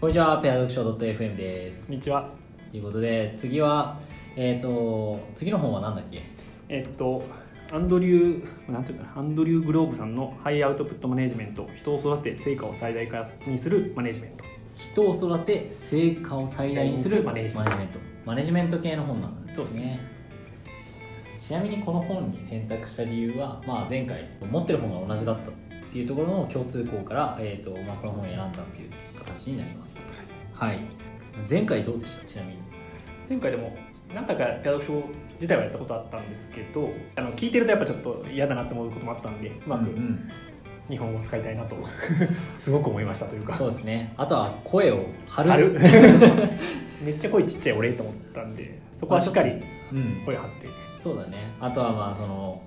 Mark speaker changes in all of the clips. Speaker 1: こんにちは、ペア読書 .fm です
Speaker 2: こ。んにちは。
Speaker 1: ということで、次は、えっ、と、次の本は何だっけ
Speaker 2: えっと、アンドリュー、なんていうかな、アンドリュー・グローブさんのハイアウトプットマネジメント、人を育て、成果を最大化にするマネジメント。
Speaker 1: 人を育て、成果を最大にするマネジメント。マネジメント系の本なんですね。
Speaker 2: そうです
Speaker 1: ちなみにこの本に選択した理由は、まあ、前回持ってる本が同じだったっていうところの共通項から、えーとまあ、この本を選んだっていう形になります。はい。前回どうでしたちなみに。
Speaker 2: 前回でも、何回かペア読書自体はやったことあったんですけど、あの聞いてるとやっぱちょっと嫌だなって思うこともあったんで、うまく
Speaker 1: うんうん
Speaker 2: 日本語を使いたいなと、 すごく思いましたというか。
Speaker 1: そうですね。あとは声を張る。
Speaker 2: ある めっちゃ声ちっちゃい俺と思ったんで、そこはしっかり
Speaker 1: うん。
Speaker 2: 声張って。
Speaker 1: そうだね。あとはまあその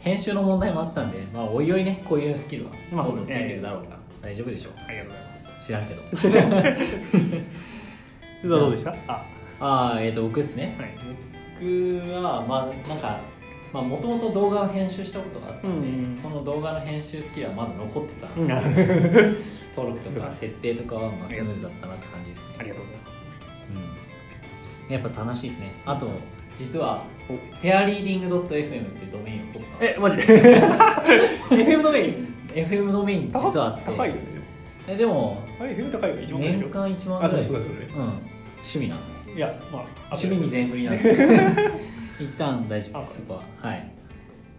Speaker 1: 編集の問題もあったんで、まあおいおいねこういうスキルは
Speaker 2: まあそう
Speaker 1: どんどんつい
Speaker 2: ええ
Speaker 1: てるだろうが、大丈夫でしょう。
Speaker 2: ありがとうございます。
Speaker 1: 知らんけ ど。
Speaker 2: 実はどうでしたあ、
Speaker 1: ああえっ、と僕ですね。
Speaker 2: はい。
Speaker 1: 僕はまあなんか。まあもともと動画を編集したことがあったんで、
Speaker 2: うん
Speaker 1: その動画の編集スキルはまだ残ってたので、
Speaker 2: うんあ
Speaker 1: 登録とか設定とかはまあスムーズだったなって感じですね、
Speaker 2: ありがとうございます。
Speaker 1: うん、やっぱ楽しいですねあと実はペアリーディング .fm ってドメインを取ったの
Speaker 2: え、マジで ?FM ドメイン
Speaker 1: FM ドメインって実はあって
Speaker 2: 高いよね。
Speaker 1: えでも
Speaker 2: あれ、FM 高いよね。一番高い
Speaker 1: 年
Speaker 2: よ。
Speaker 1: 間1万
Speaker 2: あ、
Speaker 1: ぐ
Speaker 2: そ
Speaker 1: らい
Speaker 2: うそう
Speaker 1: うん
Speaker 2: そう。
Speaker 1: 趣味なんで
Speaker 2: いや、まあ、
Speaker 1: 趣味に全振りなんで 一旦大丈夫ですそこははい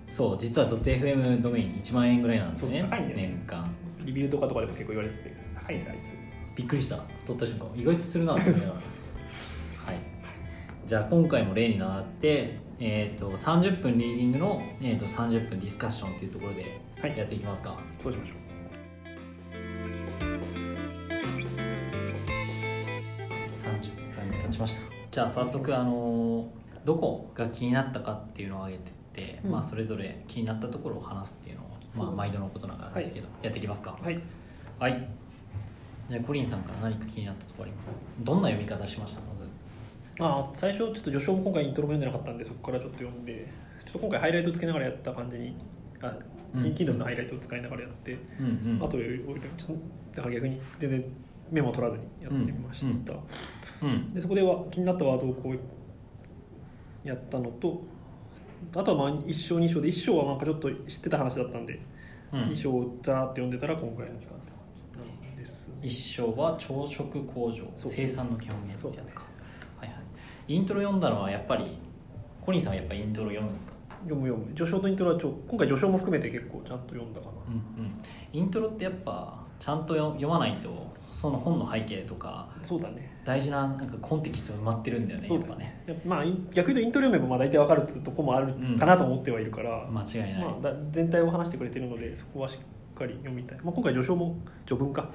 Speaker 1: そう実は .fm ドメイン1万円ぐらいなんですね
Speaker 2: そう高いんだよね
Speaker 1: 年間
Speaker 2: リビルとかとかでも結構言われてて、高いんですよ、
Speaker 1: びっくりした取った瞬間意外とするなって思 いながらはいじゃあ今回も例に習って、えー、と30分リーディングの、えー、と30分ディスカッションというところで
Speaker 2: あいつ。は
Speaker 1: や
Speaker 2: い、
Speaker 1: っていきますか、
Speaker 2: そうしましょう。
Speaker 1: 30分経ちましたじゃあ早速あのーどこが気になったかっていうのを挙げてって、
Speaker 2: うん
Speaker 1: まあ、それぞれ気になったところを話すっていうのを、まあ、
Speaker 2: そう
Speaker 1: 毎度のことながらですけど、やっていきますか
Speaker 2: はい。
Speaker 1: はい、じゃあコリンさんから何か気になったところありますどんな読み方しましたまず
Speaker 2: まあ、最初、ちょっと序章も今回イントロも読んでなかったんで、そこからちょっと読んで、ちょっと今回ハイライトつけながらやった感じに、あ、
Speaker 1: うん
Speaker 2: Kindle のハイライトを使いながらやって、
Speaker 1: うんうん
Speaker 2: あとより、よりちょっとだから逆に全然メモ取らずにやってみました。
Speaker 1: うん
Speaker 2: でそこでは気になったワードをこうやったのとあとはまあ1章2章で1章はなんかちょっと知ってた話だったんで、
Speaker 1: うん
Speaker 2: 2章をざーって読んでたら今回の時間って感じなんです
Speaker 1: 一章は朝食工場
Speaker 2: そう
Speaker 1: 生産の基本原理ってやつか、はいはい、イントロ読んだのはやっぱりコリンさんはやっぱりイントロ読むんですか、
Speaker 2: 読む読む序章とイントロはちょ今回序章も含めて結構ちゃんと読んだかな
Speaker 1: うんうん、イントロってやっぱちゃんと読読まないとその本の背景とか
Speaker 2: そうだね
Speaker 1: 大事ななんかコンテキストが埋まってるんだよね
Speaker 2: そ
Speaker 1: や
Speaker 2: う
Speaker 1: っ
Speaker 2: だ
Speaker 1: ぱね
Speaker 2: やっぱまあイン逆に言うとイントロ読めばまあ大体わかるっつうとこもある
Speaker 1: うん
Speaker 2: かなと思ってはいるから、
Speaker 1: 間違いない、
Speaker 2: まあ、だ全体を話してくれてるのでそこはしっかり読みたい、まあ、今回序章も序文か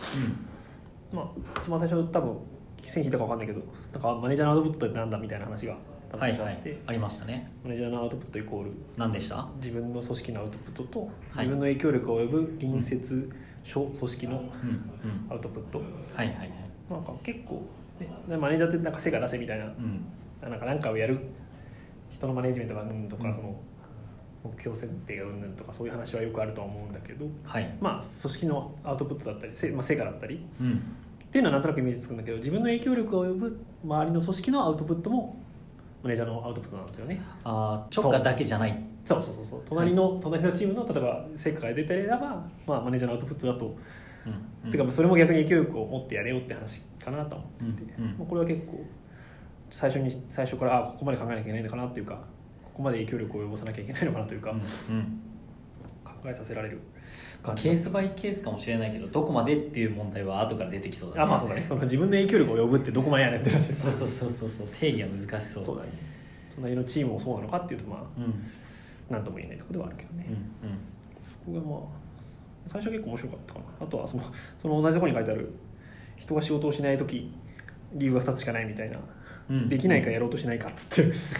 Speaker 2: まあ、一番最初多分線引いたか分かんないけどなんかマネージャーのアウトプットってなんだみたいな話が
Speaker 1: う
Speaker 2: 多
Speaker 1: ん、は
Speaker 2: 分
Speaker 1: い
Speaker 2: 最初あ
Speaker 1: は
Speaker 2: って、
Speaker 1: いありましたね
Speaker 2: マネージャーのアウトプットイコール
Speaker 1: 何でした
Speaker 2: 自分の組織のアウトプットと
Speaker 1: はい
Speaker 2: 自分の影響力を及ぶ隣接諸組織の
Speaker 1: うんうん
Speaker 2: アウトプット、
Speaker 1: はいはいはい
Speaker 2: なんか結構、ね、でマネージャーってなんか成果出せみたいな
Speaker 1: うん
Speaker 2: なんかなんかをやる人のマネジメントがうんとか、
Speaker 1: うん
Speaker 2: その目標設定がうんぬんとかそういう話はよくあるとは思うんだけど
Speaker 1: はい
Speaker 2: まあ組織のアウトプットだったり、せまあ、成果だったり
Speaker 1: うん
Speaker 2: っていうのはなんとなくイメージつくんだけど自分の影響力を及ぶ周りの組織のアウトプットもマネージャーのアウトプットなんですよね
Speaker 1: あー直下だけじゃない
Speaker 2: そうそうそうそう隣の、隣のチームの例えば成果が出てれば、まあ、マネージャーのアウトプットだと、
Speaker 1: うんうん
Speaker 2: てかまあそれも逆に影響力を持ってやれよって話かなと思って、
Speaker 1: うんうん
Speaker 2: まあ、これは結構最初に最初からあここまで考えなきゃいけないのかなっていうかここまで影響力を及ぼさなきゃいけないのかなというか、考
Speaker 1: うんうん
Speaker 2: えさせられる
Speaker 1: まあ
Speaker 2: 感じ
Speaker 1: ケースバイケースかもしれないけどどこまでっていう問題は後から出てきそうだね
Speaker 2: あまあそうだねこの自分の影響力を及ぶってどこまでやねんって話です
Speaker 1: そうそうそうそうそう定義が難しそう
Speaker 2: そうだね隣のチームもそうなのかっていうとまあ
Speaker 1: うんうん
Speaker 2: なんとも言えないところではあるけどね、そこがまあ最初結構面白かったかなあとはその その同じところに書いてある人が仕事をしない時理由は2つしかないみたいな、
Speaker 1: うんうん
Speaker 2: できないかやろうとしないかっつって そ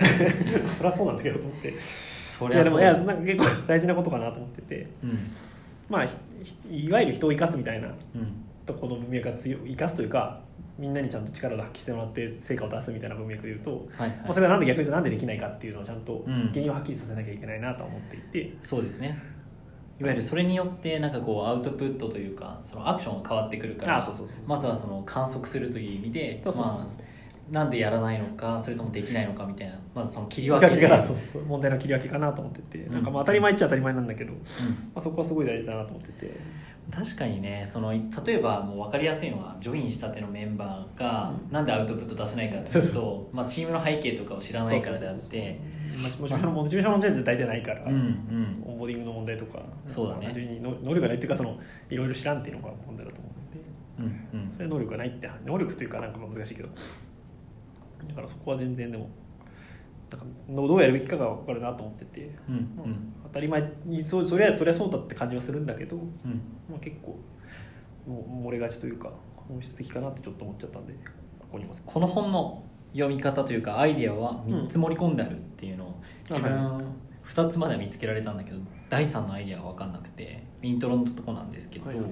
Speaker 2: りゃそうなんだけどと思ってい
Speaker 1: そり
Speaker 2: や
Speaker 1: ゃ
Speaker 2: で
Speaker 1: そ
Speaker 2: も
Speaker 1: う
Speaker 2: い
Speaker 1: だ
Speaker 2: やなんか結構大事なことかなと思ってて
Speaker 1: うん
Speaker 2: まあひひいわゆる人を生かすみたいな
Speaker 1: うん
Speaker 2: とこの文脈が強い生かすというかみんなにちゃんと力を発揮してもらって成果を出すみたいな文脈で言うと、
Speaker 1: はいはい
Speaker 2: まあ、それはなんで逆に言うとなんでできないかっていうのをちゃんと
Speaker 1: うん
Speaker 2: 原因をはっきりさせなきゃいけないなとは思っていて、
Speaker 1: そうですねいわゆるそれによってなんかこうアウトプットというかそのアクションが変わってくるから
Speaker 2: あそうそうそう
Speaker 1: まずはその観測するという意味で
Speaker 2: そうそうそうそう
Speaker 1: まあ、なんでやらないのかそれともできないのかみたいなまずその切り
Speaker 2: 切
Speaker 1: 分
Speaker 2: り
Speaker 1: け
Speaker 2: 分けからそうそう問題の切り分けかなと思ってて、
Speaker 1: うん
Speaker 2: なんかまあ当たり前っちゃ当たり前なんだけど、ま
Speaker 1: うん
Speaker 2: あ、そこはすごい大事だなと思ってて
Speaker 1: 確かにねその例えばもう分かりやすいのはジョインしたてのメンバーがなんでアウトプット出せないかっていう
Speaker 2: そう
Speaker 1: と、まあ、チームの背景とかを知らないからであっ
Speaker 2: そうそう
Speaker 1: て
Speaker 2: そうモチベーションのモチベーションの問題って大体ないから、
Speaker 1: うんうん
Speaker 2: オンボーディングの問題とか
Speaker 1: そうだね
Speaker 2: 単純に能能力がないっていうかそのいろいろ知らんっていうのが問題だと思うんで
Speaker 1: うん
Speaker 2: それは能力がないって能力というかなんかまあ難しいけどだからそこは全然でもなんかどうどうやるべきかが分かるなと思ってて、
Speaker 1: うんうん
Speaker 2: まあ
Speaker 1: うん
Speaker 2: 当たり前にそうそりゃそりゃそうだって感じはするんだけど、
Speaker 1: うん
Speaker 2: まあ、結構もう漏れがちというか本質的かなってちょっと思っちゃったんでここにも
Speaker 1: この本の読み方というかアイディアは3つ盛り込んであるっていうのを
Speaker 2: うん
Speaker 1: 自分2つまでは見つけられたんだけど第3のアイディアが分かんなくてイントロのとこなんですけど、
Speaker 2: はいはい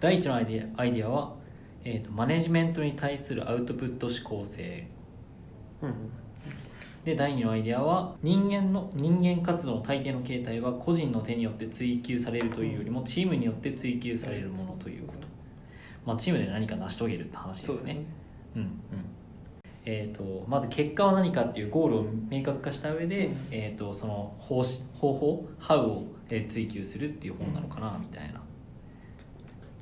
Speaker 1: 第1のアイディアアイディアは、えーとマネジメントに対するアウトプット指向性
Speaker 2: うん
Speaker 1: で第2のアイディアは人間の人間活動の体系の形態は個人の手によって追求されるというよりもチームによって追求されるものということ、まあ、チームで何か成し遂げるって話ですねうんうんえー、とまず結果は何かっていうゴールを明確化した上で、えー、とその方し方法 How をえー追求するっていう本なのかなみたいな、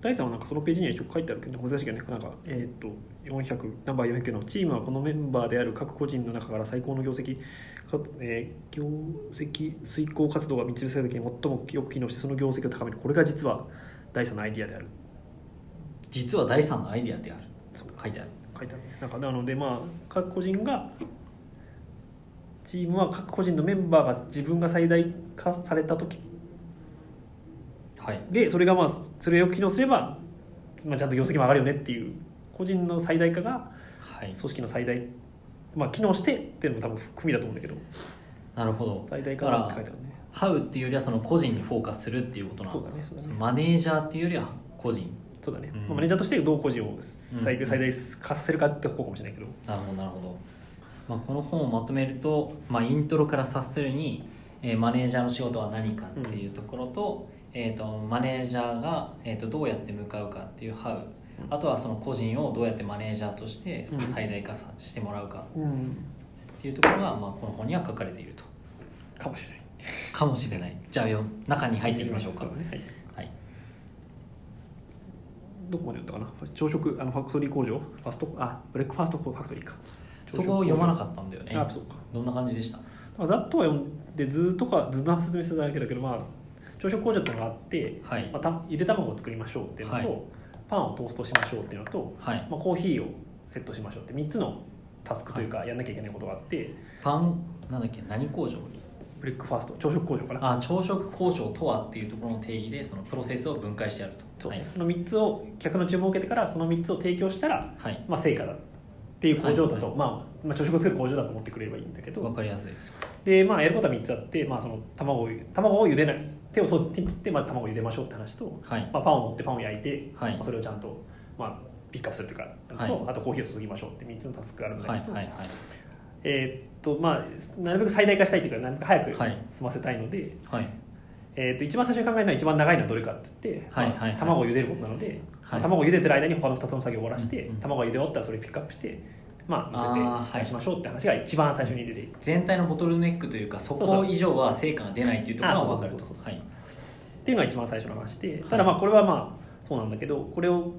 Speaker 2: 第3はなんかそのページには一応書いてあるけど難しいけどねなんかえっ、と400ナンバー400のチームはこのメンバーである各個人の中から最高の業績か、えー業績遂行活動が導かれた時に最もよく機能してその業績を高めるこれが実は第3のアイディアである
Speaker 1: 実は第3のアイディアである
Speaker 2: そう
Speaker 1: 書いてある
Speaker 2: 書いてあるなんかなのでまあ各個人がチームは各個人のメンバーが自分が最大化された時
Speaker 1: はい
Speaker 2: でそれがまあそれを機能すれば、まあ、ちゃんと業績も上がるよねっていう個人の最大化が
Speaker 1: はい
Speaker 2: 組織の最大まあ機能してっていうのも多分組だと思うんだけど
Speaker 1: なるほど
Speaker 2: 最大化
Speaker 1: だ
Speaker 2: だっ
Speaker 1: か
Speaker 2: て
Speaker 1: ら
Speaker 2: 書いてあるね
Speaker 1: How っていうよりはその個人にフォーカスするっていうことなん
Speaker 2: そうだねそうだね
Speaker 1: そのマネージャーっていうよりは個人
Speaker 2: そうだね、
Speaker 1: うん
Speaker 2: まあマネージャーとしてどう個人を最,、
Speaker 1: うん
Speaker 2: 最大化させるかって方向かもしれないけど
Speaker 1: なるほどなるほど、まあ、この本をまとめると、まあ、イントロから察するに、えーマネージャーの仕事は何かっていうところと,、えー、とマネージャーが、えー、とどうやって向かうかっていう「How」あとはその個人をどうやってマネージャーとしてその最大化さしてもらうか
Speaker 2: うん
Speaker 1: っていうところが、まあ、この本には書かれていると
Speaker 2: かもしれない
Speaker 1: かもしれないじゃあよ中に入っていきましょうか
Speaker 2: そだねはい
Speaker 1: はい
Speaker 2: どこまで読んだかな朝食あのファクトリー工場ファストあブレックファーストファクトリーか
Speaker 1: そこを読まな
Speaker 2: っ
Speaker 1: かったんだよね
Speaker 2: あそうか
Speaker 1: どんな感じでした
Speaker 2: まあざっとは読んで図とか図の説明するだけだけどまあ朝食工場っていうのがあって、
Speaker 1: はい
Speaker 2: まあ、たゆで卵を作りましょうっていうのと、
Speaker 1: はい
Speaker 2: パンをトーストしましょうっていうのと、
Speaker 1: はい
Speaker 2: まあ、コーヒーをセットしましょうって3つのタスクというかやんなきゃいけないことがあって、
Speaker 1: パンなんだっけ何工場
Speaker 2: ブレックファースト朝食工場かな
Speaker 1: あ朝食交渉とはっていうところの定義でそのプロセスを分解してやると
Speaker 2: そう
Speaker 1: はい、
Speaker 2: その3つを客の注文を受けてからその3つを提供したら、
Speaker 1: はい、
Speaker 2: まあ、成果だっていう工場だと、
Speaker 1: はいは
Speaker 2: まあ、まあ朝食を作る工場だと思ってくれればいいんだけど
Speaker 1: 分かりやすい
Speaker 2: で、まあ、やることは3つあって、まあ、その卵を卵を茹でない手を取って切って、まあ、卵を茹でましょうって話と、
Speaker 1: はい
Speaker 2: まあ、パンを持ってパンを焼いて、
Speaker 1: はい
Speaker 2: まあそれをちゃんと、まあ、ピックアップするというか、
Speaker 1: はい
Speaker 2: とあとコーヒーを注ぎましょうって3つのタスクがあるんだ
Speaker 1: はい
Speaker 2: けど、
Speaker 1: はいはい
Speaker 2: えーっとまあ、なるべく最大化したいというかなるべく早く
Speaker 1: はい
Speaker 2: 済ませたいので、
Speaker 1: はい
Speaker 2: えーっと一番最初に考えるのは一番長いのはどれかって言って、
Speaker 1: はい
Speaker 2: まあ
Speaker 1: はいはい
Speaker 2: 卵を茹でることなので、
Speaker 1: はい
Speaker 2: 卵を茹でてる間に他の2つの作業を終わらせて、
Speaker 1: うんうん
Speaker 2: 卵が茹で終わったらそれをピックアップして、まあ、
Speaker 1: あー
Speaker 2: 乗せて
Speaker 1: はい
Speaker 2: 出しましょうって話が一番最初に出ていて。
Speaker 1: 全体のボトルネックというかそ
Speaker 2: そうそ
Speaker 1: こ
Speaker 2: う
Speaker 1: 以上は成果が出ないというところが
Speaker 2: あそ
Speaker 1: 分
Speaker 2: うそ
Speaker 1: か
Speaker 2: う
Speaker 1: ると
Speaker 2: そうそう
Speaker 1: は
Speaker 2: そう
Speaker 1: い
Speaker 2: っていうのが一番最初の話で
Speaker 1: い
Speaker 2: ただまあこれはまあそうなんだけどこれを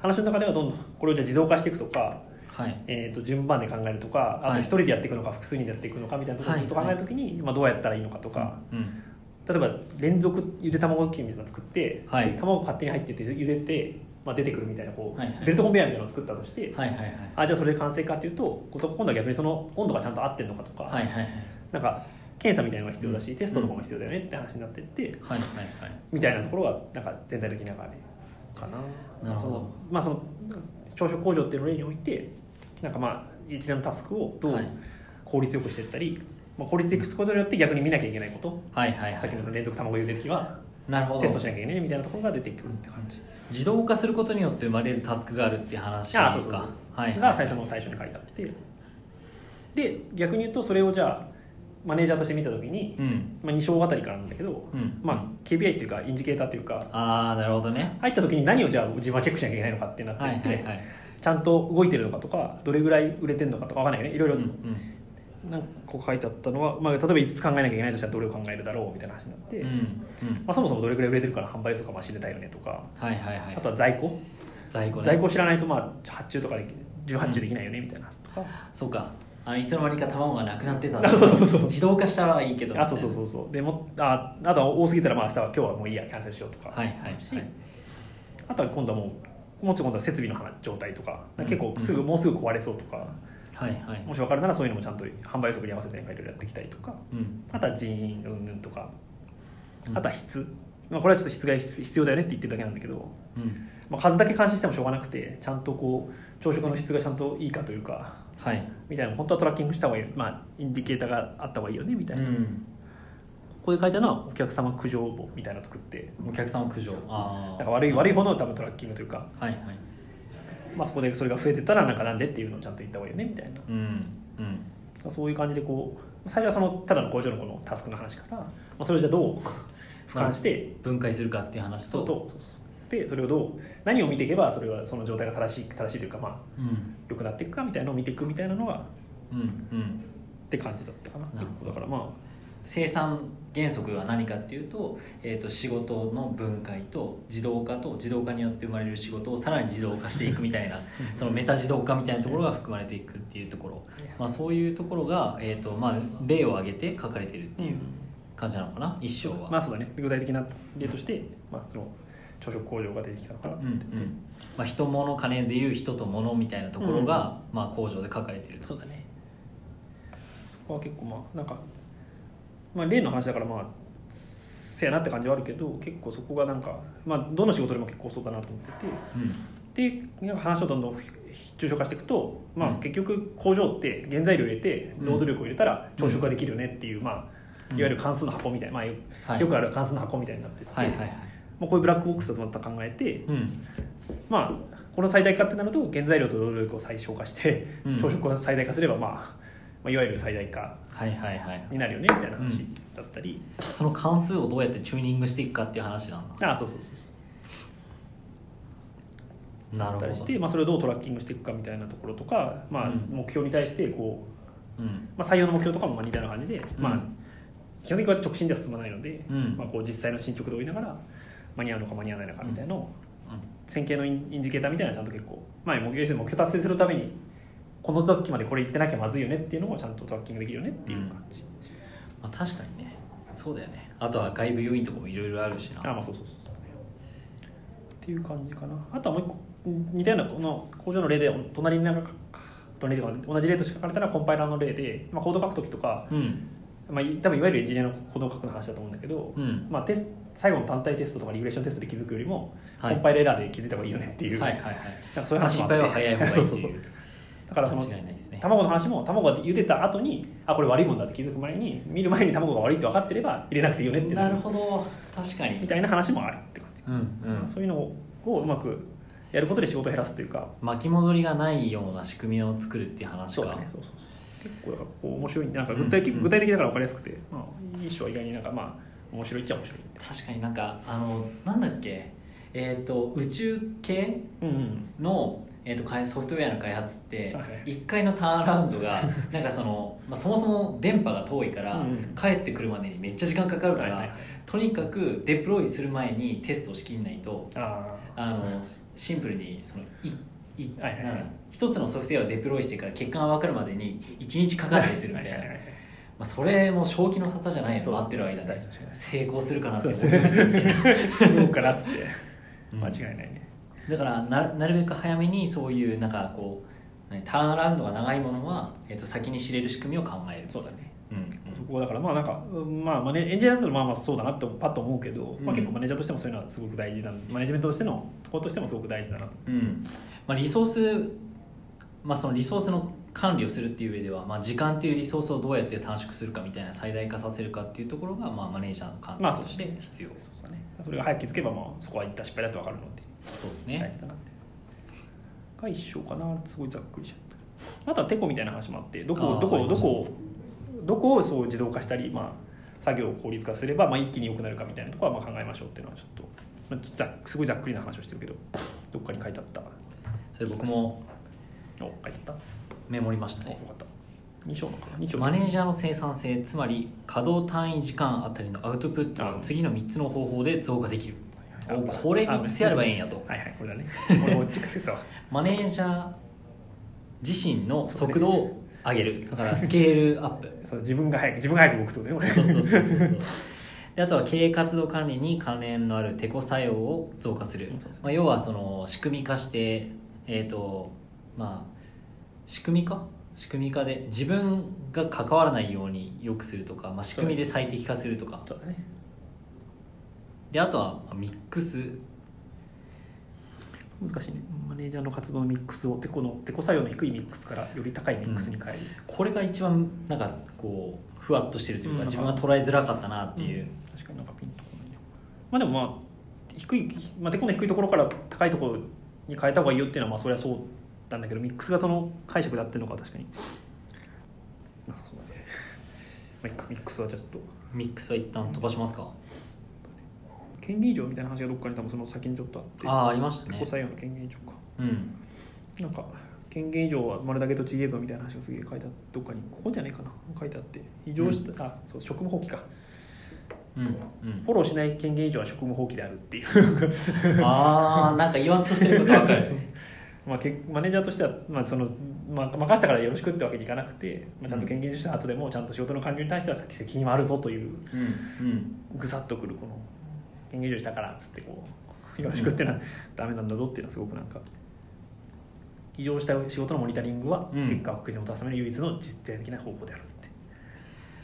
Speaker 2: 話の中ではどんどんこれをじゃあ自動化していくとか、
Speaker 1: はい
Speaker 2: えー、と順番で考えるとかあ
Speaker 1: は
Speaker 2: と
Speaker 1: い
Speaker 2: 一人でやっていくのか複数人でやっていくのかみたいなところをずっと考えるときに、まあ、どうやったらいいのかとか、
Speaker 1: うん
Speaker 2: 例えば連続ゆで卵機みたいなの作って
Speaker 1: はい
Speaker 2: 卵勝手に入っててゆでて、まあ、出てくるみたいなこう、
Speaker 1: はいはい
Speaker 2: ベルトコンベヤーみたいなのを作ったとして、
Speaker 1: はいはいはい
Speaker 2: あじゃあそれで完成かっていうと今度は逆にその温度がちゃんと合ってるのかとか、
Speaker 1: はいはいはい
Speaker 2: なんか検査みたいなのが必要だし、
Speaker 1: うん
Speaker 2: テストとかも必要だよねって話になってって、
Speaker 1: はいはいはい
Speaker 2: みたいなところがなんか全体的な流れか
Speaker 1: なるほ
Speaker 2: な。
Speaker 1: ど
Speaker 2: そのまあその朝食工場っていう例においてなんかまあ一連のタスクをどう
Speaker 1: はい
Speaker 2: 効率よくしていったり、まあ、効率よくすることによって逆に見なきゃいけないこと、
Speaker 1: はいはいは
Speaker 2: さっき
Speaker 1: い
Speaker 2: の連続卵茹でる時は
Speaker 1: なるほ
Speaker 2: テスト
Speaker 1: ど
Speaker 2: しなきゃいけないねみたいなところが出てくるって感じ、
Speaker 1: 自動化することによって生まれるタスクがあるっていう話ですか
Speaker 2: あそうそう
Speaker 1: はいはい
Speaker 2: が最初の最初に書いてあってで逆に言うとそれをじゃあマネージャーとして見た時に、
Speaker 1: うん
Speaker 2: まあ、2章あたりからなんだけど、
Speaker 1: うん
Speaker 2: まあ、KPI っていうかインジケーターっていうか
Speaker 1: ああなるほどね
Speaker 2: 入った時に何をじゃあ自分はチェックしなきゃいけないのかってなって
Speaker 1: はいい
Speaker 2: って、
Speaker 1: はいはい
Speaker 2: ちゃんと動いてるのかとかどれぐらい売れてるのかとかわかんないよねいろいろ、
Speaker 1: うんうん
Speaker 2: なんかこう書いてあったのは、まあ、例えば5つ考えなきゃいけないとしたらどれを考えるだろうみたいな話になって、
Speaker 1: うんう
Speaker 2: ま
Speaker 1: ん
Speaker 2: あ、そもそもどれぐらい売れてるから販売予測かも知れたよねとか
Speaker 1: はいはいはい
Speaker 2: あとは在庫、
Speaker 1: 在庫ね
Speaker 2: 在庫知らないとまあ発注とかでき重発注できないよねみたいな話とか、
Speaker 1: そうかあのいつの間にか卵がなくなってた
Speaker 2: あそうそうそうそう
Speaker 1: 自動化したらいいけど
Speaker 2: あそうそうそうそうでもああとは多すぎたらまあ明日は今日はもういいやキャンセルしようとか、
Speaker 1: はいはいはい
Speaker 2: あとは今度はもうもうちょっと今度は設備の話状態とか
Speaker 1: うん
Speaker 2: 結構すぐ、もうすぐ壊れそうとか
Speaker 1: はいはい
Speaker 2: もし分かるならそういうのもちゃんと販売予測に合わせてなんかいろいろやっていきたいとか
Speaker 1: うん
Speaker 2: あとは人員うんぬんとか
Speaker 1: うん
Speaker 2: あとは質、まあ、これはちょっと質が必要だよねって言ってるだけなんだけど、
Speaker 1: うん
Speaker 2: まあ、数だけ監視してもしょうがなくてちゃんとこう朝食の質がちゃんといいかというか
Speaker 1: はい
Speaker 2: みたいな本当はトラッキングした方がいい、まあ、インディケーターがあった方がいいよねみた
Speaker 1: う
Speaker 2: いな、こ
Speaker 1: ん
Speaker 2: こで書いたのはお客様苦情簿みたいなのを作って
Speaker 1: お客さんを苦情あ
Speaker 2: なん
Speaker 1: あ
Speaker 2: か悪い悪い方の多分トラッキングというか、
Speaker 1: はいはい
Speaker 2: まあ、そこでそれが増えてたらなんかなんでっていうのをちゃんと言った方がいいよねみたいな
Speaker 1: うんうん
Speaker 2: そういう感じでこう最初はそのただの工場のこのタスクの話から、まあ、それをじゃあどう 俯瞰して
Speaker 1: 分解するかっていう話と
Speaker 2: そうそうそうそうでそれをどう何を見ていけばそれはその状態が正しい正しいというかまあ
Speaker 1: うん
Speaker 2: 良くなっていくかみたいなのを見ていくみたいなのがっ
Speaker 1: うんうん
Speaker 2: て感じだったかな
Speaker 1: なるほど
Speaker 2: だからま
Speaker 1: 生産原則は何かっていうと,、えー、と仕事の分解と自動化と自動化によって生まれる仕事をさらに自動化していくみた いなそのメタ自動化みたいなところが含まれていくっていうところ、まあ、そういうところが、えーとまあ、例を挙げて書かれてるって
Speaker 2: あ、
Speaker 1: いう感じなのかな一生は。
Speaker 2: まあそうだね具体的な例として、まあ、その朝食工場が出てきたのかな、
Speaker 1: うんうんまあ、人物金でいう人と物みたいなところが、まあ、工場で書かれてると
Speaker 2: そうだねそこは結構まあなんか、まあ、例の話だからまあせやなって感じはあるけど結構そこがなんか、まあ、どの仕事でも結構そうだなと思ってて。
Speaker 1: うん
Speaker 2: でなんか話をどんどん抽象化していくと、まあ
Speaker 1: うん
Speaker 2: 結局工場って原材料入れて
Speaker 1: うん
Speaker 2: 労働力を入れたら朝食ができるよねっていう、まあ、いわゆる関数の箱みたいな、まあよ
Speaker 1: はい
Speaker 2: よくある関数の箱みたいになってて、
Speaker 1: はいはいはい
Speaker 2: まあ、こういうブラックボックスだとまた考えて、
Speaker 1: うん
Speaker 2: まあ、この最大化ってなると原材料と労働力を最小化して、
Speaker 1: うん
Speaker 2: 朝食を最大化すれば、まあ、まあいわゆる最大化
Speaker 1: はいはいはい
Speaker 2: になるよねみたいな
Speaker 1: う
Speaker 2: 話
Speaker 1: ん
Speaker 2: だったり、
Speaker 1: その関数をどうやってチューニングしていくかっていう話なんだ
Speaker 2: ああそうそうそうそう
Speaker 1: な
Speaker 2: だ
Speaker 1: る
Speaker 2: っ
Speaker 1: ほ
Speaker 2: た
Speaker 1: ど
Speaker 2: りして、まあ、それをどうトラッキングしていくかみたいなところとか、まあ、
Speaker 1: うん
Speaker 2: 目標に対してこう
Speaker 1: うん
Speaker 2: まあ、採用の目標とかもまあ似たような感じで、ま
Speaker 1: う
Speaker 2: あ
Speaker 1: ん、
Speaker 2: 基本的にこうやって直進では進まないので、
Speaker 1: うん
Speaker 2: まあ、こう実際の進捗で追いながら間に合うのか間に合わないのかみたいなのを線形のインインジケーターみたいなのをちゃんと結構、まあ、要するに目標達成するためにこの時までこれ言ってなきゃまずいよねっていうのをちゃんとトラッキングできるよねっていう感じ、
Speaker 1: まあ、確かにねそうだよねあとは外部要因とかもいろいろあるし
Speaker 2: あ
Speaker 1: な
Speaker 2: まあそうそうそうそうっていう感じかなあとはもう一個似たようなこの工場の例で隣になんか隣では同じ例として書かれたらコンパイラーの例で、まあ、コード書く時とか、
Speaker 1: うん
Speaker 2: まあ、い多分いわゆるエンジニアのコードを書くの話だと思うんだけど、
Speaker 1: うん
Speaker 2: まあ、テス最後の単体テストとかリグレーションテストで気づくよりも、
Speaker 1: はい
Speaker 2: コンパイレーラーで気づいた方がいいよねっていう、
Speaker 1: はいはいはい
Speaker 2: なんかそういう
Speaker 1: まあ
Speaker 2: 話
Speaker 1: 失
Speaker 2: もあって
Speaker 1: 敗は早い方がいいってい
Speaker 2: そううそうそうだからその
Speaker 1: 間違いないですね
Speaker 2: 卵の話も卵が茹でた後にあこれ悪いもんだって気づく前に見る前に卵が悪いって分かってれば入れなくていいよねって
Speaker 1: なるほど確か
Speaker 2: み
Speaker 1: に
Speaker 2: たいな話もあるって感じ、
Speaker 1: うんうん
Speaker 2: そういうのををうまくやることで仕事を減らすというか
Speaker 1: 巻き戻りがないような仕組みを作るっていう話
Speaker 2: そうだ
Speaker 1: が
Speaker 2: ねそうそうそう結構だからここ面白いなんか具
Speaker 1: うん
Speaker 2: 体,、
Speaker 1: うん
Speaker 2: 具体的だから分かりやすくて、まあ、一章は意外になんかまあ面白いっちゃ面白いって
Speaker 1: 確かになんかあのなんだっけえっ、と宇宙系
Speaker 2: うんうん
Speaker 1: の、えー、と開ソフトウェアの開発って
Speaker 2: はい
Speaker 1: 1回のターンアラウンド がなんかその、まあ、そもそも電波が遠いから、
Speaker 2: うんうん
Speaker 1: 帰ってくるまでにめっちゃ時間かかるから、
Speaker 2: はいはいはい
Speaker 1: とにかくデプロイする前にテストをしきんないと
Speaker 2: ああ
Speaker 1: あのシンプルにそのいい
Speaker 2: はいはいはい
Speaker 1: なんだ一つのソフトウェアをデプロイしてから結果が分かるまでに1日かかったりするみたいな
Speaker 2: ははは
Speaker 1: ま
Speaker 2: は
Speaker 1: あそれも正気の沙汰じゃないの
Speaker 2: そう
Speaker 1: 待ってる間に
Speaker 2: 確かに
Speaker 1: 成功するかなって
Speaker 2: そう
Speaker 1: 思
Speaker 2: で
Speaker 1: い
Speaker 2: す
Speaker 1: ますみたいな
Speaker 2: ね。そうかなっつって、
Speaker 1: うん
Speaker 2: 間違いないね。
Speaker 1: だからななるべく早めにそういうなんかこう何ターンアラウンドが長いものは、えっと先に知れる仕組みを考える
Speaker 2: そうだね。
Speaker 1: うん
Speaker 2: そこはだからまあなんか、うんまあマネエンジニアだとまあまあそうだなってパッと思うけど、
Speaker 1: うん
Speaker 2: まあ結構マネージャーとしてもそういうのはすごく大事なマネジメントとしてのところとしてもすごく大事だな。
Speaker 1: うん、うんまあ、リソース、まあ、そのリソースの管理をするっていう上では、まあ、時間っていうリソースをどうやって短縮するかみたいな最大化させるかっていうところが、まあ、マネージャーの観
Speaker 2: まあ
Speaker 1: 点
Speaker 2: そう
Speaker 1: とし
Speaker 2: ですね
Speaker 1: て必要、
Speaker 2: そうだね。それが早く気づけばまあそこは行った失敗だってわかるので
Speaker 1: そうです
Speaker 2: 大
Speaker 1: ね
Speaker 2: 事だなって。が一緒かな。すごいざっくりしちゃった。あとはテコみたいな話もあって、ど
Speaker 1: あ
Speaker 2: こ
Speaker 1: ー
Speaker 2: ど
Speaker 1: あ
Speaker 2: こ
Speaker 1: りま
Speaker 2: ど
Speaker 1: す
Speaker 2: こをどこをそう自動化したり、まあ、作業を効率化すれば、まあ、一気に良くなるかみたいなところはまあ考えましょうっていうのはちょっと、まあちょっとざっ、すごいざっくりな話をしてるけどどっかに書いてあった
Speaker 1: それ僕も
Speaker 2: お書いてあっ
Speaker 1: メモりました
Speaker 2: たおよ
Speaker 1: ね
Speaker 2: かった2章のかな2章
Speaker 1: マネージャーの生産性つまり稼働単位時間あたりのアウトプットは次の3つの方法で増加できるおこれ3つやればええんやと
Speaker 2: はいはいこれだねこれもチェックしてたわ
Speaker 1: マネージャー自身の速度を上げるだからスケールアップ
Speaker 2: そう自分が早く自分が早く動くってことね俺
Speaker 1: そうそうそうそうそうであとは経営活動管理に関連のあるテコ作用を増加する
Speaker 2: うん、
Speaker 1: まあ、要はその仕組み化してえっ、とまあ仕組み化仕組み化で自分が関わらないように良くするとか、まあ、仕組みで最適化するとか
Speaker 2: そうだね
Speaker 1: であとはまあミックス
Speaker 2: 難しいねマネージャーの活動のミックスをテコのテコ作用の低いミックスからより高いミックスに変える、
Speaker 1: これが一番なんかこうふわっとしてるというか、
Speaker 2: うん
Speaker 1: 自分が捉えづらかったなっていう、
Speaker 2: 確かになんかピンとこないなまあでもまあ低い、まあ、テコの低いところから高いところに変えた方がいいよっていうのはまあそりゃそうなんだけどミックス型の解釈だっていうのが確かになさそうだねまあいっかミックスはじゃあちょっと
Speaker 1: ミックスは一旦飛ばしますか、
Speaker 2: 権限以上みたいな話がどっかに多分その先にちょっとあって
Speaker 1: ああありました
Speaker 2: テ
Speaker 1: ね
Speaker 2: コ採用の権限以上か
Speaker 1: うん
Speaker 2: なんか権限以上は丸だけとちげえぞみたいな話がすげえ書いてあってどっかにここじゃないかな書いてあって異常した、あそう職務放棄か
Speaker 1: うん
Speaker 2: フォローしない権限以上は職務放棄であるっていう
Speaker 1: うん、ああなんか言わんとしてることわかる
Speaker 2: まあ、けマネージャーとしては、まあそのまあ、任したからよろしくってわけにいかなくて、まあ、ちゃんと権限としては後でもちゃんと仕事の完了に対しては責任はあるぞという
Speaker 1: うんうん
Speaker 2: ぐさっとくるこの権限上したからっつってこうよろしくってのはダメなんだぞっていうのはすごくなんか異常した仕事のモニタリングは
Speaker 1: うん
Speaker 2: 結果を確実に持たすための唯一の実践的な方法であるって、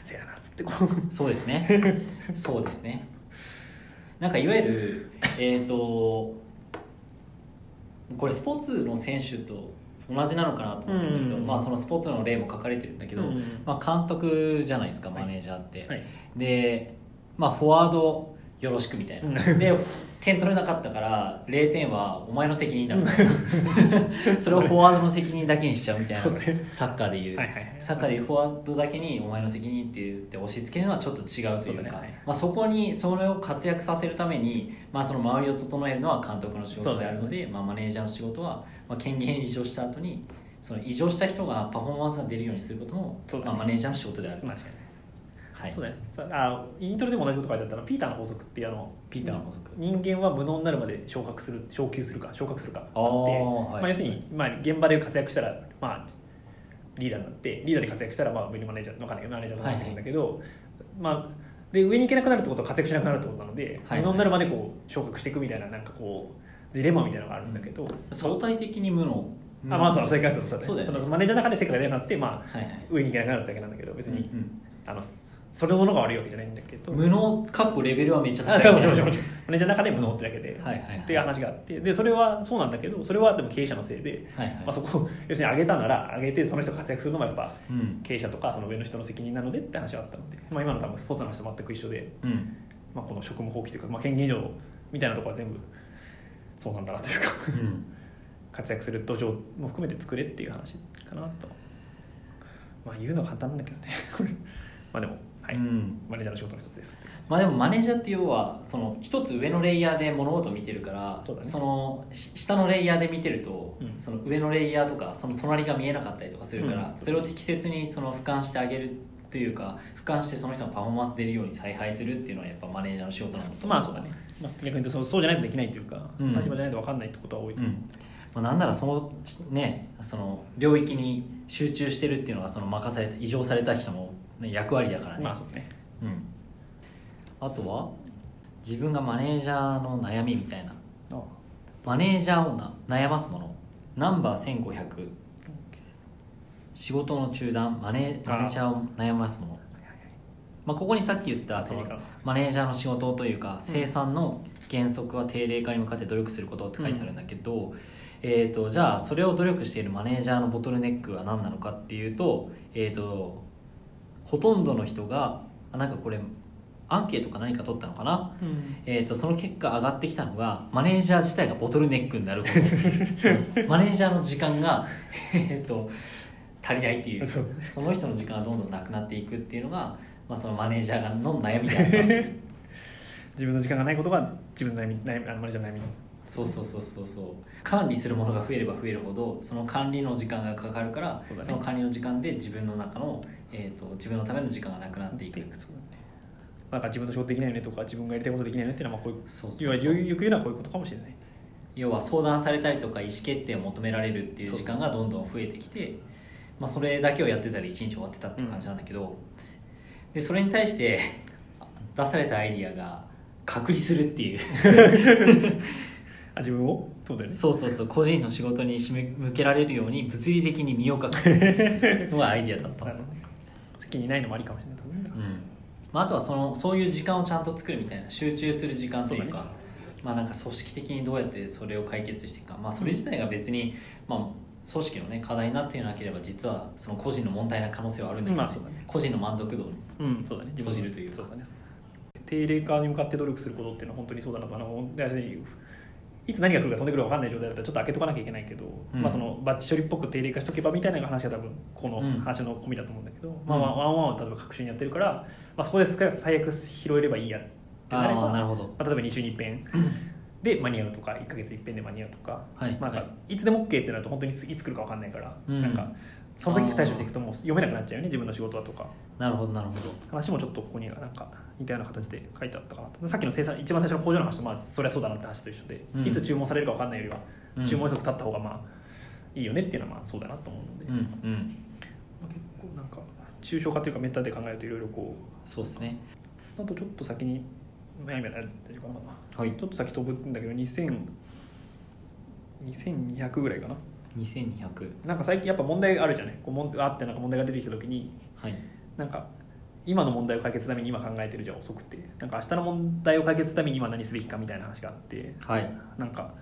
Speaker 2: せやなっつってこう
Speaker 1: そうですねそうですねなんかいわゆるえっ、とこれスポーツの選手と同じなのかなと思ったんだけど、
Speaker 2: うん
Speaker 1: まあ、そのスポーツの例も書かれてるんだけど、
Speaker 2: うん
Speaker 1: まあ、監督じゃないですか
Speaker 2: はい
Speaker 1: マネージャーって、
Speaker 2: はい
Speaker 1: で、まあ、フォワードよろしくみたいな
Speaker 2: う
Speaker 1: で点取れなかったから0点はお前の責任だみたいな それをフォワードの責任だけにしちゃうみたいな
Speaker 2: そうだね
Speaker 1: サッカーでいう、
Speaker 2: はいはいはい
Speaker 1: サッカーでいうフォワードだけにお前の責任って言って押し付けるのはちょっと違うという
Speaker 2: そうだね
Speaker 1: か
Speaker 2: はい
Speaker 1: まあ、そこにそれを活躍させるために、まあ、その周りを整えるのは監督の仕事であるので、まあ、マネージャーの仕事は、まあ、権限異常した後にその異常した人がパフォーマンスが出るようにすることも、
Speaker 2: そうだね
Speaker 1: まあ、マネージャーの仕事であると、
Speaker 2: まあ確かに
Speaker 1: はい
Speaker 2: そうだねさあイントロでも同じこと書いてあったのピーターの法則っていうあの
Speaker 1: ピーターの法則
Speaker 2: 人間は無能になるまで昇格する昇級するか昇格するかあって
Speaker 1: あーはい
Speaker 2: まあ、要するに、まあ、現場で活躍したら、まあ、リーダーになってリーダーで活躍したら、まあ、上にマネージャーのかんないけどマネージャーとなってくるんだけど、まあで上に行けなくなるってことは活躍しなくなるってことなので、
Speaker 1: はい
Speaker 2: 無能になるまでこう昇格していくみたいななんかこうジレンマみたいなのがあるんだけど、
Speaker 1: 相対的に無能
Speaker 2: あまあそうそれからそうそう
Speaker 1: そうだよね
Speaker 2: そのマネージャーの中で世界が出なくなって、まあ、
Speaker 1: はいはい
Speaker 2: 上に行けなくなるだけなんだけど別に、
Speaker 1: うん
Speaker 2: あのそれのものが悪いわけじゃないんだけ
Speaker 1: う
Speaker 2: ど
Speaker 1: ん無能かっこレベルはめっちゃ高
Speaker 2: あ
Speaker 1: い、
Speaker 2: そうそうそうマネージャーの中で無能ってだけで、
Speaker 1: はいはいはい
Speaker 2: っていう話があってでそれはそうなんだけどそれはでも経営者のせいで、
Speaker 1: はいはい
Speaker 2: まあ、そこを 要するに上げたなら上げてその人が活躍するのもやっぱ
Speaker 1: うん
Speaker 2: 経営者とかその上の人の責任なのでって話があったので、まあ、今の多分スポーツの話と全く一緒で、
Speaker 1: うん
Speaker 2: まあ、この職務放棄というか、まあ、権限以上みたいなところは全部そうなんだなというか
Speaker 1: うん
Speaker 2: 活躍する土壌も含めて作れっていう話かなとまあ言うのは簡単なんだけどねこれまあでもはい、
Speaker 1: うん
Speaker 2: マネージャーの仕事の一つですって
Speaker 1: まあでもマネージャーって要はその一つ上のレイヤーで物事を見てるから
Speaker 2: そうだね
Speaker 1: のし下のレイヤーで見てると、
Speaker 2: うん
Speaker 1: その上のレイヤーとかその隣が見えなかったりとかするから、
Speaker 2: うん
Speaker 1: それを適切にその俯瞰してあげるというか俯瞰してその人のパフォーマンス出るように采配するっていうのはやっぱマネージャーの仕事なのと
Speaker 2: まあそうだね、まあ、逆に言うとそうそうじゃないとできないというか、
Speaker 1: うん
Speaker 2: 立場じゃないと分かんないってことは多いと
Speaker 1: う
Speaker 2: 思う、
Speaker 1: んまあ、なんならそのねその領域に集中してるっていうのがその任された異常された人の役割だからね、
Speaker 2: まあそうね
Speaker 1: うん、あとは自分がマネージャーの悩みみたいな
Speaker 2: ああ
Speaker 1: マネージャーをな悩ますものナンバー1500仕事の中断マネ
Speaker 2: あ
Speaker 1: マネージャーを悩ますものまあ、ここにさっき言ったその
Speaker 2: 定例化
Speaker 1: マネージャーの仕事というか生産の原則は定例化に向かって努力することって書いてあるんだけど、えー、とじゃあそれを努力しているマネージャーのボトルネックは何なのかっていうと,、えー、とほとんどの人があなんかこれアンケートか何か取ったのかなえー、とその結果上がってきたのがマネージャー自体 がボトルネックになることそのマネージャーの時間が、えー、と足りないっていう
Speaker 2: そう
Speaker 1: その人の時間がどんどんなくなっていくっていうのが、まあ、そのマネージャーの悩みだった
Speaker 2: 自分の時間がないことが自分の悩み悩みあのマネージャーの悩み
Speaker 1: そうそうそうそうそう管理するものが増えれば増えるほどその管理の時間がかかるから
Speaker 2: そ
Speaker 1: そ,、
Speaker 2: うだね
Speaker 1: の管理の時間で自分の中の、えー、と自分のための時間がなくなっていく
Speaker 2: そうだねなんか自分の仕事できないよねとか自分がやりたいことできないよねっていうのはまあこう
Speaker 1: そうそう
Speaker 2: いう要はよく言うのはこういうことかもしれない
Speaker 1: 要は相談されたりとか意思決定を求められるっていう時間がどんどん増えてきて、まあ、それだけをやってたら一日終わってたって感じなんだけど、でそれに対して出されたアイディアが隔離するっていう
Speaker 2: あ自分をそうだよね
Speaker 1: そうそうそう個人の仕事に締め向けられるように物理的に身を隠すのがアイディアだった
Speaker 2: なるほどね責任ないのもありかもしれない、
Speaker 1: うんまあ、あとはそのそういう時間をちゃんと作るみたいな集中する時間という
Speaker 2: そう
Speaker 1: か
Speaker 2: だね
Speaker 1: まあ、なんか組織的にどうやってそれを解決していくか、まあ、それ自体が別に、まあ、組織の、ね、課題になっていなければ実はその個人の問題な可能性はあるんだけど、
Speaker 2: まあそうだね
Speaker 1: 個人の満足度をね
Speaker 2: うんそうだね
Speaker 1: 閉じるというか
Speaker 2: そうだね定例化に向かって努力することっていうのは本当にそうだなとあの要するにいつ何が来るか飛んでくるか分かんない状態だったらちょっと開けとかなきゃいけないけど、
Speaker 1: うん
Speaker 2: まあ、そのバッチ処理っぽく定例化しとけばみたいな話が多分この
Speaker 1: うん
Speaker 2: 話の込みだと思うんだけど、まあ、ワンワンワンを例えば各週にやってるから、まあ、そこで最悪拾えればいいやってなれ
Speaker 1: あ
Speaker 2: ば
Speaker 1: ーなるほど
Speaker 2: まあ、例えば2週に1遍で間に合うとか1か月に1遍で間に合うとか,、
Speaker 1: はい
Speaker 2: まあ、な
Speaker 1: は
Speaker 2: んかいつでも OK ってなると本当にいついつ来るか分かんないから、
Speaker 1: うん
Speaker 2: なんかその時に対処していくともう読めなくなっちゃうよね自分の仕事だとか
Speaker 1: なるほどなるほど
Speaker 2: 話もちょっとここにはなんか似たような形で書いてあったかなとさっきの生産一番最初の工場の話とまあそりゃそうだなって話と一緒で、
Speaker 1: うん
Speaker 2: いつ注文されるか分かんないよりは、
Speaker 1: うん
Speaker 2: 注文予測立った方がまあいいよねっていうのはまあそうだなと思うので、
Speaker 1: うんうん
Speaker 2: まあ結構なんか抽象化というかメタで考えるといろいろこう
Speaker 1: そうですね
Speaker 2: あとちょっと先に悩みは大丈夫かな
Speaker 1: はい
Speaker 2: ちょっと先飛ぶんだけど2000 2200ぐらいかな
Speaker 1: 2200
Speaker 2: なんか最近やっぱ問題があるじゃないこうもんあってなんか問題が出てきた時に
Speaker 1: はい
Speaker 2: なんか今の問題を解決するために今考えてるじゃ遅くてなんか明日の問題を解決するために今何すべきかみたいな話があって
Speaker 1: はい
Speaker 2: なんか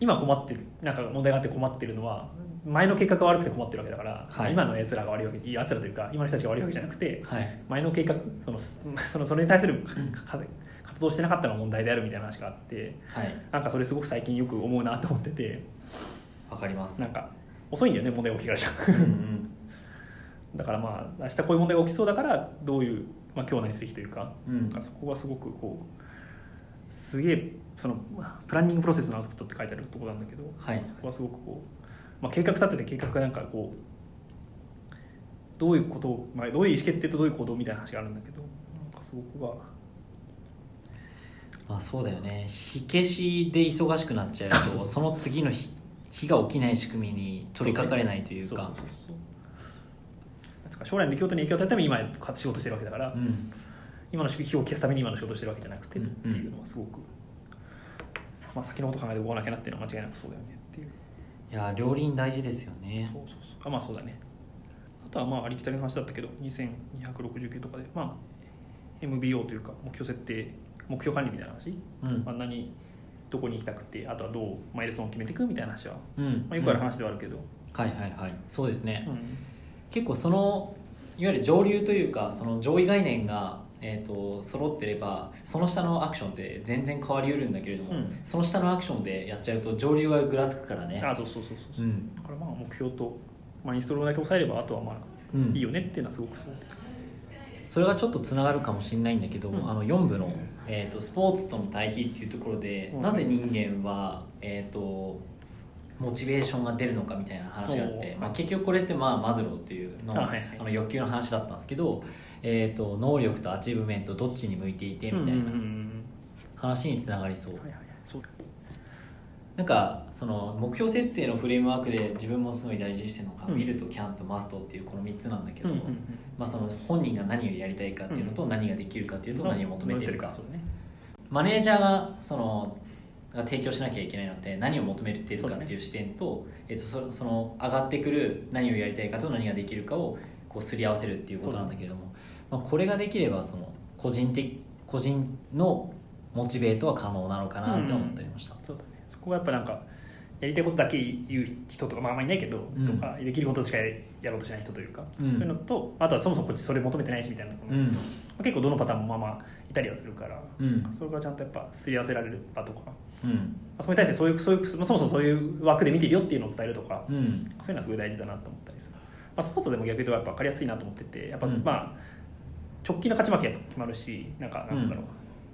Speaker 2: 今困ってるなんか問題があって困ってるのは前の計画が悪くて困ってるわけだから、
Speaker 1: はい
Speaker 2: 今のやつらが悪いわけやつらというか今の人たちが悪いわけじゃなくて
Speaker 1: はい
Speaker 2: 前の計画そのそのそれに対する かか活動してなかったのが問題であるみたいな話があって
Speaker 1: はい
Speaker 2: なんかそれすごく最近よく思うなと思ってて
Speaker 1: わかります
Speaker 2: なんか遅いんだよね問題が起きてか
Speaker 1: う
Speaker 2: ら じゃ
Speaker 1: ん
Speaker 2: んだからまあ明日こういう問題が起きそうだからどういう、まあ、今日何すべきというか
Speaker 1: うんう
Speaker 2: なん
Speaker 1: ん
Speaker 2: かそこがすごくこうすげえそのプランニングプロセスのアウトプットって書いてあるところなんだけど、
Speaker 1: はい
Speaker 2: そこはすごくこう、まあ、計画立てて計画がなんかこうどういうことを、まあ、どういう意思決定とどういう行動みたいな話があるんだけどなんかそこが
Speaker 1: まあそうだよね火消しで忙しくなっちゃう とその次の日日が起きない仕組みに取り掛かれないというか
Speaker 2: そうそうそうそうだから将来の出来事に影響を与えるために今仕事してるわけだから、
Speaker 1: うん
Speaker 2: 今の火を消すために今の仕事をしてるわけじゃなくて
Speaker 1: う
Speaker 2: っ
Speaker 1: ん
Speaker 2: ていうのはすごく、まあ、先のこと考えて動かなきゃなっていうのは間違いなくそうだよねっていう
Speaker 1: いや両輪大事ですよね
Speaker 2: そうそうそうあまあそうだねあとはまあありきたりの話だったけど2269とかでまあ MBO というか目標設定目標管理みたいな話、
Speaker 1: うん
Speaker 2: まあ、何どこに行きたくてあとはどうマイルストーンを決めていくみたいな話は、
Speaker 1: うん
Speaker 2: まあ、よくある話ではあるけど、
Speaker 1: はいはいはいそうですね、
Speaker 2: うん
Speaker 1: 結構そのいわゆる上流というかその上位概念がえー、と揃ってればその下のアクションって全然変わりうるんだけれども、
Speaker 2: うん
Speaker 1: その下のアクションでやっちゃうと上流がぐらつくからね
Speaker 2: あそうそうそうそうう、
Speaker 1: ん
Speaker 2: だからまあ目標と、まあ、インストールだけ抑えればあとはまあ
Speaker 1: うん
Speaker 2: いいよねっていうのはすごくそう
Speaker 1: それがちょっとつながるかもしれないんだけど、
Speaker 2: うん
Speaker 1: あの4部の、えーと「スポーツとの対比」っていうところで、
Speaker 2: うん
Speaker 1: なぜ人間は、えー、とモチベーションが出るのかみたいな話があって、
Speaker 2: おー
Speaker 1: まあ、結局これって、まあ、マズローっていうの
Speaker 2: あはいはい
Speaker 1: あの欲求の話だったんですけど、えー、と能力とアチーブメントどっちに向いていてみたい
Speaker 2: うんうんうん
Speaker 1: な話につながりそう
Speaker 2: うん、はいはいはいそう
Speaker 1: なんかその目標設定のフレームワークで自分もすごい大事にしてるのが「
Speaker 2: うん
Speaker 1: 見るとキャンとマスト」っていうこの3つなんだけ
Speaker 2: う
Speaker 1: ど、
Speaker 2: んうんうん
Speaker 1: まあ、その本人が何をやりたいかっていうのと何ができるかっていうと何を求めてるか、
Speaker 2: そうね
Speaker 1: マネージャーがそのが提供しなきゃいけないのって何を求めてるかっていう視点と,、えっとそその上がってくる何をやりたいかと何ができるかをこうすり合わせるっていうことなんだけれども、まあ、これができればその個人的個人のモチベートは可能なのかなって思っておりました、
Speaker 2: そうだねそこはやっぱなんかやりたいことだけ言う人とか、まあ、あんまりいないけど、
Speaker 1: うん
Speaker 2: とかできることしかやろうとしない人というか、
Speaker 1: うん
Speaker 2: そういうのとあとはそもそもこっちそれ求めてないしみたいなのも、
Speaker 1: うん
Speaker 2: まあ結構どのパターンもまあまあいたりはするから、
Speaker 1: うん
Speaker 2: それがちゃんとやっぱすり合わせられる場とか、ま
Speaker 1: うん
Speaker 2: あ、それに対してそういうそういうそもそもそういう枠で見てるよっていうのを伝えるとか
Speaker 1: うん
Speaker 2: そういうのはすごい大事だなと思ったりするあ、スポーツでも逆に言うとやっぱ分かりやすいなと思っててやっぱ、
Speaker 1: うん
Speaker 2: まあ直近の勝ち負けやっぱ決まるしなんかなんつうんだろう、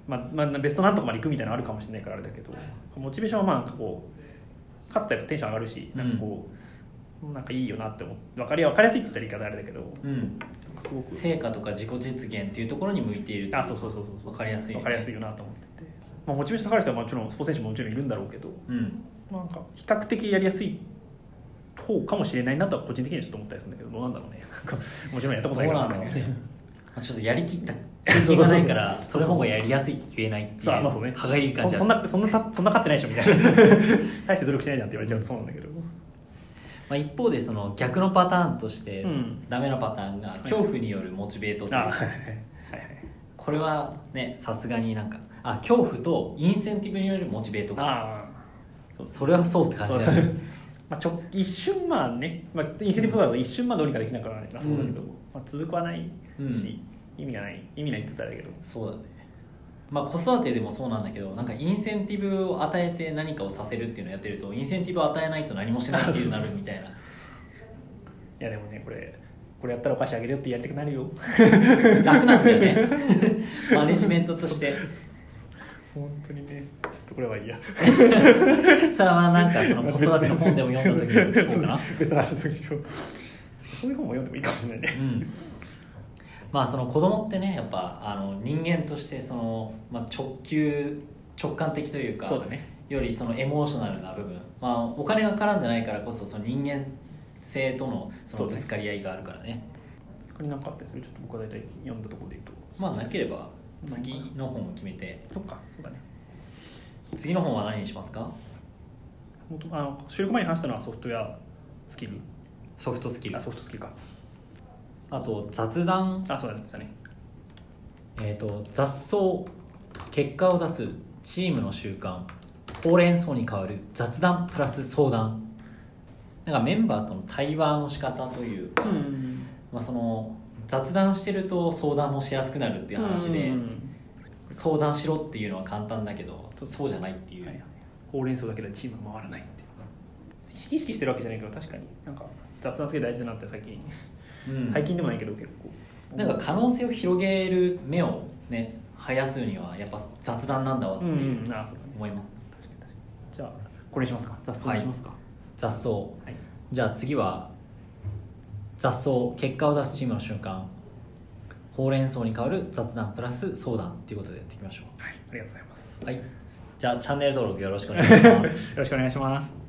Speaker 2: まあまあ、ベストなんとかまで行くみたいなのあるかもしれないからあれだけどモチベーションはまあなんかこう勝つとやっぱテンション上がるしなんかこう、なんかいいよなって思って分かり分かりやすいって言ったら言い方あれだけど
Speaker 1: うん、
Speaker 2: なんかすごく
Speaker 1: 成果とか自己実現っていうところに向いている
Speaker 2: あそうそうそうそう
Speaker 1: 分かりやすいよ
Speaker 2: 分
Speaker 1: ね
Speaker 2: かりやすいよなと思ってて、まあ、モチベーション下がる人はもちろんスポーツ選手ももちろんいるんだろうけど
Speaker 1: うん
Speaker 2: なんか比較的やりやすい方かもしれないなとは個人的にはちょっと思ったりするんだけどどうなんだろうねなんかもちろんやった
Speaker 1: ど
Speaker 2: こ
Speaker 1: う
Speaker 2: とな
Speaker 1: な
Speaker 2: いからわ
Speaker 1: ん
Speaker 2: か
Speaker 1: だ
Speaker 2: ん
Speaker 1: ろう
Speaker 2: ないけど
Speaker 1: ねまあちょっとやりきった
Speaker 2: そうそうそう
Speaker 1: 経験がないから
Speaker 2: そうそうそう
Speaker 1: それの方がやりやすいって言えないっていう
Speaker 2: そうあまあそうね
Speaker 1: 歯がゆい感じ
Speaker 2: そ
Speaker 1: あ
Speaker 2: そ
Speaker 1: る
Speaker 2: んなそんなたそんな勝ってないでしょみたいな大して努力しないじゃんって言われちゃうとそうなんだけど
Speaker 1: まあ、一方でその逆のパターンとして
Speaker 2: うん
Speaker 1: ダメなパターンが恐怖によるモチベートという
Speaker 2: あはい
Speaker 1: か
Speaker 2: はいはい
Speaker 1: これはねさすがになんかあ恐怖とインセンティブによるモチベートか
Speaker 2: ああ
Speaker 1: それはそうって感じだ
Speaker 2: そ
Speaker 1: よ
Speaker 2: う
Speaker 1: ね
Speaker 2: まあ、ちょ一瞬まあね、まあ、インセンティブとかは一瞬まあどうにかできなくはなそうだけど、
Speaker 1: うん
Speaker 2: まあ、続くはないし、
Speaker 1: うん
Speaker 2: 意味がない意味ないって言ったらあれだけど
Speaker 1: そうだねまあ子育てでもそうなんだけどなんかインセンティブを与えて何かをさせるっていうのをやってるとインセンティブを与えないと何もしないっていうなるみた いない
Speaker 2: やでもねこれこれやったらお菓子あげるよってやりたくなるよ
Speaker 1: 楽なんだよね マネジメントとして
Speaker 2: 本当にねちょっとこれはいいや
Speaker 1: それはなんかその子育ての本で も読んだ時に聞こうかな
Speaker 2: 別の話の時にしようそういう本も読んでもいいかもしれないね
Speaker 1: うんまあその子供ってねやっぱあの人間としてその、まあ、直球直感的というか
Speaker 2: そうだね
Speaker 1: よりそのエモーショナルな部分、まあ、お金が絡んでないからこそその人間性とのそ
Speaker 2: そ
Speaker 1: の
Speaker 2: うだ
Speaker 1: ぶ
Speaker 2: ね
Speaker 1: つかり合いがあるからね
Speaker 2: 他に何かあったりするちょっと僕は大体読んだところで言うと
Speaker 1: まあなければ
Speaker 2: うん
Speaker 1: 次の本を決めて
Speaker 2: そっかそうだね
Speaker 1: 次の本は何にしますか
Speaker 2: もとあの収録前に話したのはソフトウェアスキル
Speaker 1: ソフトスキル
Speaker 2: あソフトスキルか
Speaker 1: あと雑談、
Speaker 2: あそうだね
Speaker 1: えー、と雑草結果を出すチームの習慣ほうれん草に代わる雑談プラス相談なんかメンバーとの対話の仕方というか、
Speaker 2: ん
Speaker 1: まあ、その雑談してると相談もしやすくなるっていう話で、相談しろっていうのは簡単だけどそうじゃないっていう、
Speaker 2: はいはいほうれん草だけでチームは回らないって意識意識してるわけじゃないけど確かになんか雑談すげえ大事だなって最近、
Speaker 1: うん
Speaker 2: 最近でもないけど結構
Speaker 1: なんか可能性を広げる目をね生やすにはやっぱ雑談なんだわっ
Speaker 2: う
Speaker 1: て
Speaker 2: んうんあそうだね
Speaker 1: 思います、
Speaker 2: 確かに確かにじゃあこれにしますか雑草にしますか
Speaker 1: 雑草
Speaker 2: はい、
Speaker 1: じゃあ次は雑草結果を出すチームの瞬間ほうれん草に代わる雑談プラス相談ということでやっていきましょ
Speaker 2: はい、ありがとうございます
Speaker 1: うはいじゃあチャンネル登録よろしくお願いします
Speaker 2: よろしくお願いします